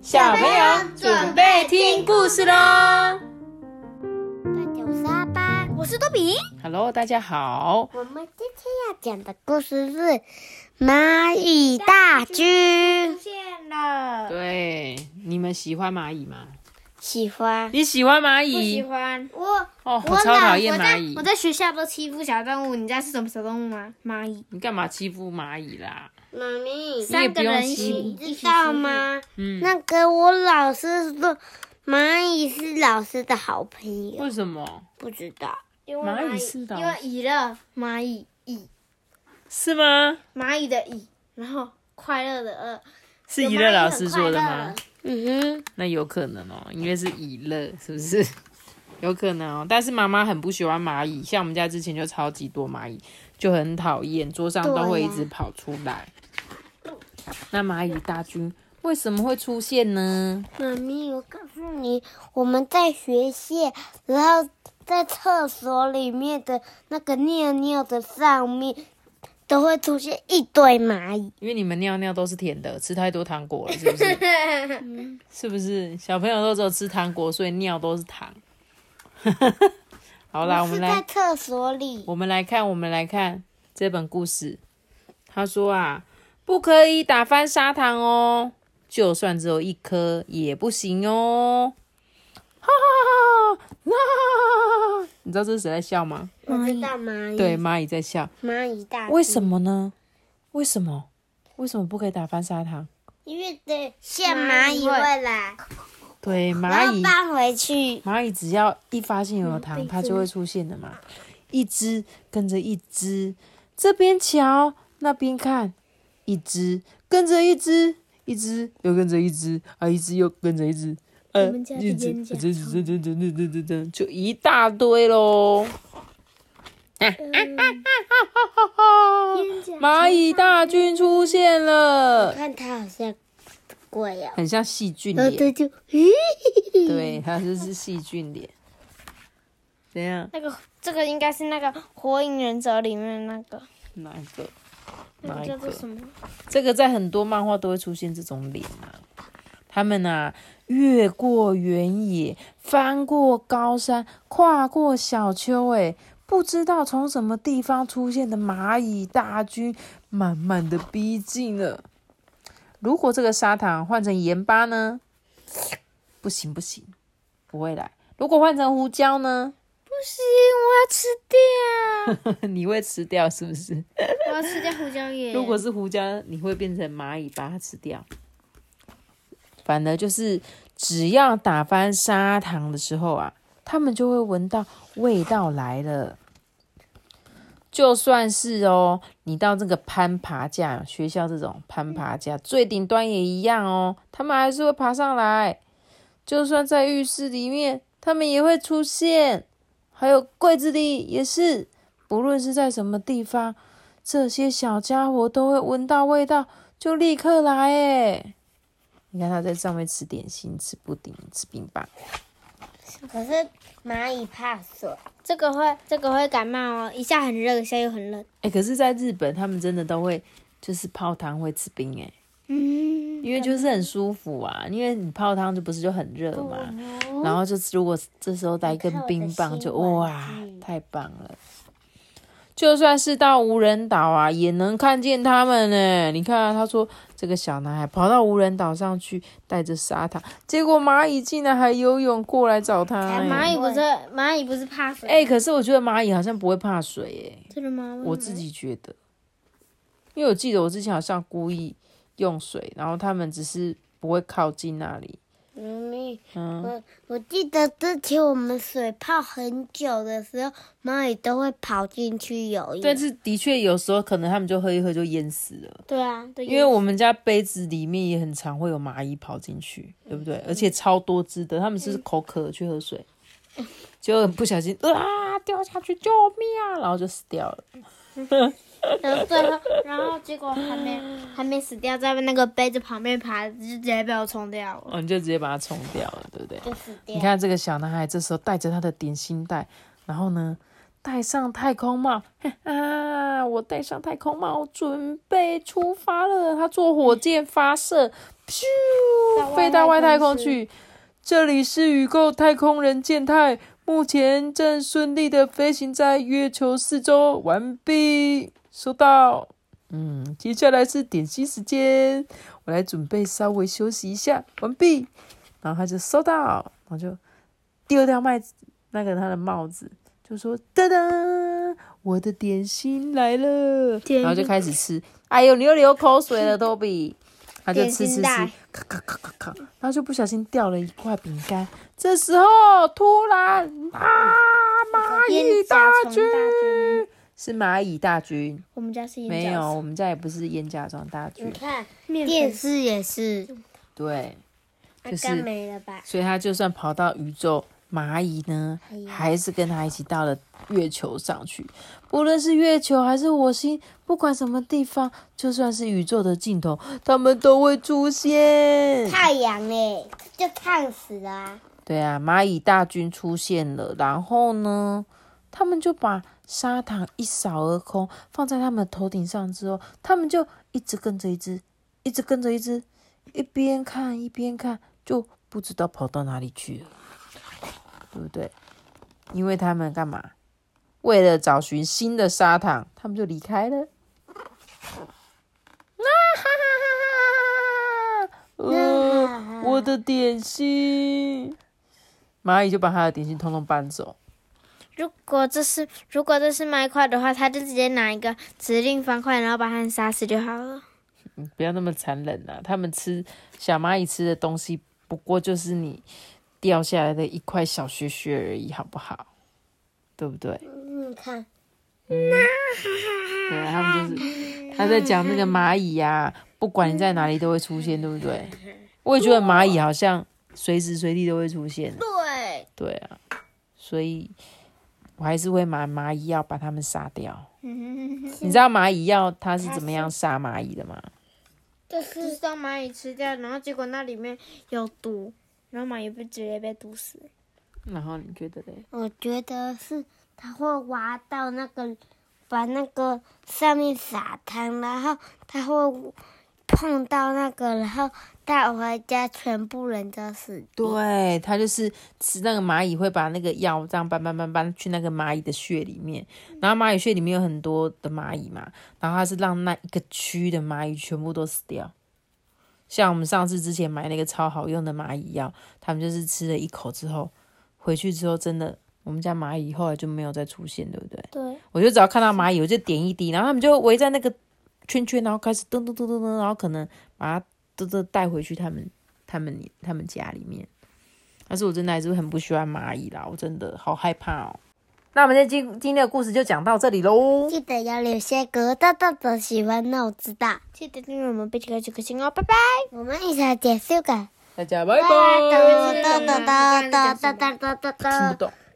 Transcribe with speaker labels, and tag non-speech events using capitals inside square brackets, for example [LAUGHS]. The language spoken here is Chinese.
Speaker 1: 小朋友准备听故事喽
Speaker 2: 八九三八，我是多比。
Speaker 1: ！Hello，大家好，
Speaker 2: 我们今天要讲的故事是《蚂蚁大军》。
Speaker 3: 见了，
Speaker 1: 对，你们喜欢蚂蚁吗？
Speaker 2: 喜欢
Speaker 1: 你喜欢蚂
Speaker 3: 不喜
Speaker 1: 蚁？
Speaker 3: 欢。
Speaker 2: 我
Speaker 1: 哦，我
Speaker 3: 我
Speaker 1: 超
Speaker 3: 哪
Speaker 1: 讨厌
Speaker 3: 我
Speaker 1: 蚂
Speaker 3: 在
Speaker 1: 蚁
Speaker 3: 我，在学校都欺负小动物，你知道是什么小动物吗？蚂蚁。
Speaker 1: 你干嘛欺负蚂蚁啦？
Speaker 2: 妈咪，
Speaker 1: 你也不用
Speaker 3: 三个人
Speaker 1: 欺
Speaker 3: 一
Speaker 1: 负，
Speaker 2: 知道吗？
Speaker 1: 嗯，
Speaker 2: 那个我老师说，蚂蚁是老师的好朋友。
Speaker 1: 为什么？
Speaker 2: 不知道，
Speaker 3: 因为
Speaker 1: 蚂蚁是的
Speaker 3: 因为蚁乐蚂蚁蚁
Speaker 1: 是吗？
Speaker 3: 蚂蚁的蚁，然后快乐的乐。
Speaker 1: 是怡乐老师说的吗？
Speaker 2: 嗯哼，
Speaker 1: 那有可能哦，因为是怡乐，是不
Speaker 2: [LAUGHS]
Speaker 1: 是？有可能哦，但是妈妈很不喜欢蚂蚁，像我们家之前就超级多蚂蚁，就很讨厌，桌上都会一直跑出来。那蚂蚁大军为什么会出现呢？
Speaker 2: 妈咪，我告诉你，我们在学校，然后在厕所里面的那个尿尿的上面，都会出现一堆蚂蚁。
Speaker 1: 因为你们尿尿都是甜的，吃太多糖果了，是不是？ [LAUGHS] 是不是？小朋友都只有吃糖果，所以尿都是糖。 [LAUGHS] 好啦，啊我
Speaker 2: 是
Speaker 1: 们来
Speaker 2: 在厕所里。
Speaker 1: 我们来看，我们来看这本故事。他说啊，不可以打翻砂糖哦，就算只有一颗也不行哦。哈哈哈哈！啊你知道这是谁在笑吗？
Speaker 2: 我知道蚂蚁，
Speaker 1: 对，，蚂蚁在笑。
Speaker 2: 蚂蚁大军。
Speaker 1: 为什么呢？为什么？为什么不可以打翻砂糖？
Speaker 2: 因为对，现蚂蚁会来，
Speaker 1: 对，
Speaker 2: 然
Speaker 1: 蚂
Speaker 2: 后
Speaker 1: 蚁。
Speaker 2: 搬回去。
Speaker 1: 蚂蚁只要一发现
Speaker 3: 嗯
Speaker 1: 有糖，它就会出现的嘛，一只跟着一只，这边瞧，那边看，一只跟着一只，一只又跟着一只，啊，一只又跟着一只，呃，
Speaker 3: 们家的
Speaker 1: 一只，
Speaker 3: 岩
Speaker 1: 这
Speaker 3: 浆
Speaker 1: 这这这这这这这，就一大堆喽。
Speaker 3: 嗯
Speaker 1: [LAUGHS] 蚂蚁大军出现了，
Speaker 2: 看它好像鬼哦，
Speaker 1: 很像细菌
Speaker 3: 呃
Speaker 2: 然后
Speaker 1: 脸，
Speaker 2: 它就，咦，
Speaker 1: 对，它就是细菌脸。怎样？
Speaker 3: 那个这个应该是那个《火影忍者》里面那个
Speaker 1: 哪一个？
Speaker 3: 那
Speaker 1: 哪
Speaker 3: 个
Speaker 1: 一
Speaker 3: 叫
Speaker 1: 个
Speaker 3: 做？什么？
Speaker 1: 这个在很多漫画都会出现这种脸啊。他们啊，越过原野，翻过高山，跨过小丘，哎，不知道从什么地方出现的蚂蚁大军，慢慢的逼近了。如果这个砂糖换成盐巴呢？不行不行，不会来。如果换成胡椒呢？ [LAUGHS]
Speaker 3: 不行，我要吃掉，
Speaker 1: 你会吃掉是不是？
Speaker 3: 我要吃掉胡椒盐。
Speaker 1: 如果是胡椒，你会变成蚂蚁把它吃掉。反而就是只要打翻砂糖的时候啊，他们就会闻到味道来了。就算是哦，你到这个攀爬架，学校这种攀爬架最顶端也一样哦，他们还是会爬上来。就算在浴室里面，他们也会出现，还有柜子里也是。不论是在什么地方，这些小家伙都会闻到味道就立刻来诶你看它在上面吃点心、吃布丁、吃冰棒，
Speaker 2: 可是蚂蚁怕水，
Speaker 3: 这个会这个会感冒哦，一下很热，一下又很冷。
Speaker 1: 哎、可是在日本他们真的都会就是泡汤会吃冰哎、
Speaker 3: 嗯，
Speaker 1: 因为就是很舒服啊，因为你泡汤就不是就很热嘛，
Speaker 3: 哦
Speaker 1: 然后就是如果这时候来一根冰棒就
Speaker 2: 哦你看我的新玩
Speaker 1: 哇
Speaker 2: 具
Speaker 1: 太棒了。就算是到无人岛啊，也能看见他们呢。你看、啊，他说这个小男孩跑到无人岛上去，带着砂糖，结果蚂蚁竟然还游泳过来找他、哎
Speaker 2: 才
Speaker 3: 蚂蚁不是蚂蚁不是怕水？
Speaker 1: 哎、可是我觉得蚂蚁好像不会怕水哎、
Speaker 3: 真的吗？
Speaker 2: 嗯
Speaker 1: 我自己觉得，因为我记得我之前好像故意用水，然后他们只是不会靠近那里。
Speaker 2: 妈咪，
Speaker 1: 嗯，
Speaker 2: 我我记得之前我们水泡很久的时候，蚂蚁都会跑进去游泳。
Speaker 1: 但是的确有时候可能他们就喝一喝就淹死了，
Speaker 2: 对啊，
Speaker 1: 因为我们家杯子里面也很常会有蚂蚁跑进去，对不对？而且超多只的，他们是口渴去喝水，结果不小心啊掉下去，救命啊！然后就死掉了。
Speaker 3: 然后最后， [LAUGHS] 然后结果还没还没死掉，在那个杯子旁边爬，就直接被我冲掉了。
Speaker 1: 哦，你就直接把它冲掉了，对不对？
Speaker 2: 就死掉。
Speaker 1: 你看这个小男孩这时候带着他的点心袋，然后呢，戴上太空帽， [LAUGHS] 哈哈！我戴上太空帽，准备出发了。他坐火箭发射，咻，飞到外太空去。这里是宇宙太空人健太，目前正顺利的飞行在月球四周。完毕，收到。嗯，接下来是点心时间，我来准备稍微休息一下。完毕，然后他就收到，然后就丢掉麦子那个他的帽子，就说：“噔噔，我的点心来了。”
Speaker 3: 点
Speaker 1: 然后就开始吃。哎呦，你又流口水了，多比。他就吃吃
Speaker 3: 点
Speaker 1: 吃，
Speaker 3: 心
Speaker 1: 咔
Speaker 3: 袋
Speaker 1: 咔咔咔咔，然后就不小心掉了一块饼干。这时候突然啊，蚂蚁大
Speaker 3: 烟甲虫
Speaker 1: 军
Speaker 3: 大军
Speaker 1: 是蚂蚁大军。
Speaker 3: 我们家是眼角
Speaker 1: 没有，我们家也不是烟甲庄大
Speaker 2: 你
Speaker 1: 剧，
Speaker 2: 看
Speaker 3: 面粉
Speaker 2: 电视也是，
Speaker 1: 对，
Speaker 2: 那
Speaker 1: 就是
Speaker 2: 刚没了吧？
Speaker 1: 所以他就算跑到宇宙，蚂蚁呢还是跟他一起到了月球上去。不论是月球还是火星，不管什么地方，就算是宇宙的尽头，他们都会出现。
Speaker 2: 太阳哎，就烫死了啊！
Speaker 1: 对啊，蚂蚁大军出现了，然后呢，他们就把砂糖一扫而空，放在他们头顶上之后，他们就一直跟着一只，一直跟着一只，一边看一边看，就不知道跑到哪里去了，对不对？因为他们干嘛？为了找寻新的砂糖，他们就离开了。啊哈哈哈哈！呃我的点心，蚂蚁就把他的点心通通搬走。
Speaker 3: 如果这是如果这是麦块的话，他就直接拿一个指令方块，然后把它们杀死就好了。
Speaker 1: 嗯不要那么残忍啊！他们吃小蚂蚁吃的东西，不过就是你掉下来的一块小屑屑而已，好不好？对不对？
Speaker 2: 你看，
Speaker 1: 对，啊他们就是他在讲那个蚂蚁呀、不管你在哪里都会出现，对不对？我也觉得蚂蚁好像随时随地都会出现。
Speaker 3: 对，
Speaker 1: 对啊，所以我还是会买蚂蚁药把它们杀掉。你知道蚂蚁药它是怎么样杀蚂蚁的吗？
Speaker 3: 就是让蚂蚁吃掉，然后结果那里面有毒，然后蚂蚁被直接被毒死。
Speaker 1: 然后你觉得嘞？
Speaker 2: 我觉得是它会挖到那个，把那个上面撒糖，然后它会碰到那个，然后带回家，全部人都死。
Speaker 1: 对，它就是吃那个蚂蚁会把那个药这样搬搬搬搬去那个蚂蚁的血里面，然后蚂蚁血里面有很多的蚂蚁嘛，然后它是让那一个区的蚂蚁全部都死掉。像我们上次之前买那个超好用的蚂蚁药，他们就是吃了一口之后，回去之后真的，我们家蚂蚁后来就没有再出现，对不对？
Speaker 3: 对，
Speaker 1: 我就只要看到蚂蚁，我就点一滴，然后他们就围在那个圈圈，然后开始噔噔噔噔噔，然后可能把它噔噔带回去他们他们他们家里面。但是我真的还是很不喜欢蚂蚁啦，我真的好害怕哦。那我们今天今天的故事就讲到这里喽，
Speaker 2: 记得要留下个大大的喜欢，那我知道。
Speaker 3: 记得订阅我们贝奇哥这个星哦，拜拜。
Speaker 2: 我们一起来解释个。
Speaker 1: 大家拜
Speaker 2: 哒
Speaker 1: 拜。
Speaker 2: 哒哒哒哒哒哒哒哒
Speaker 1: 听不
Speaker 2: 哒。
Speaker 1: 懂，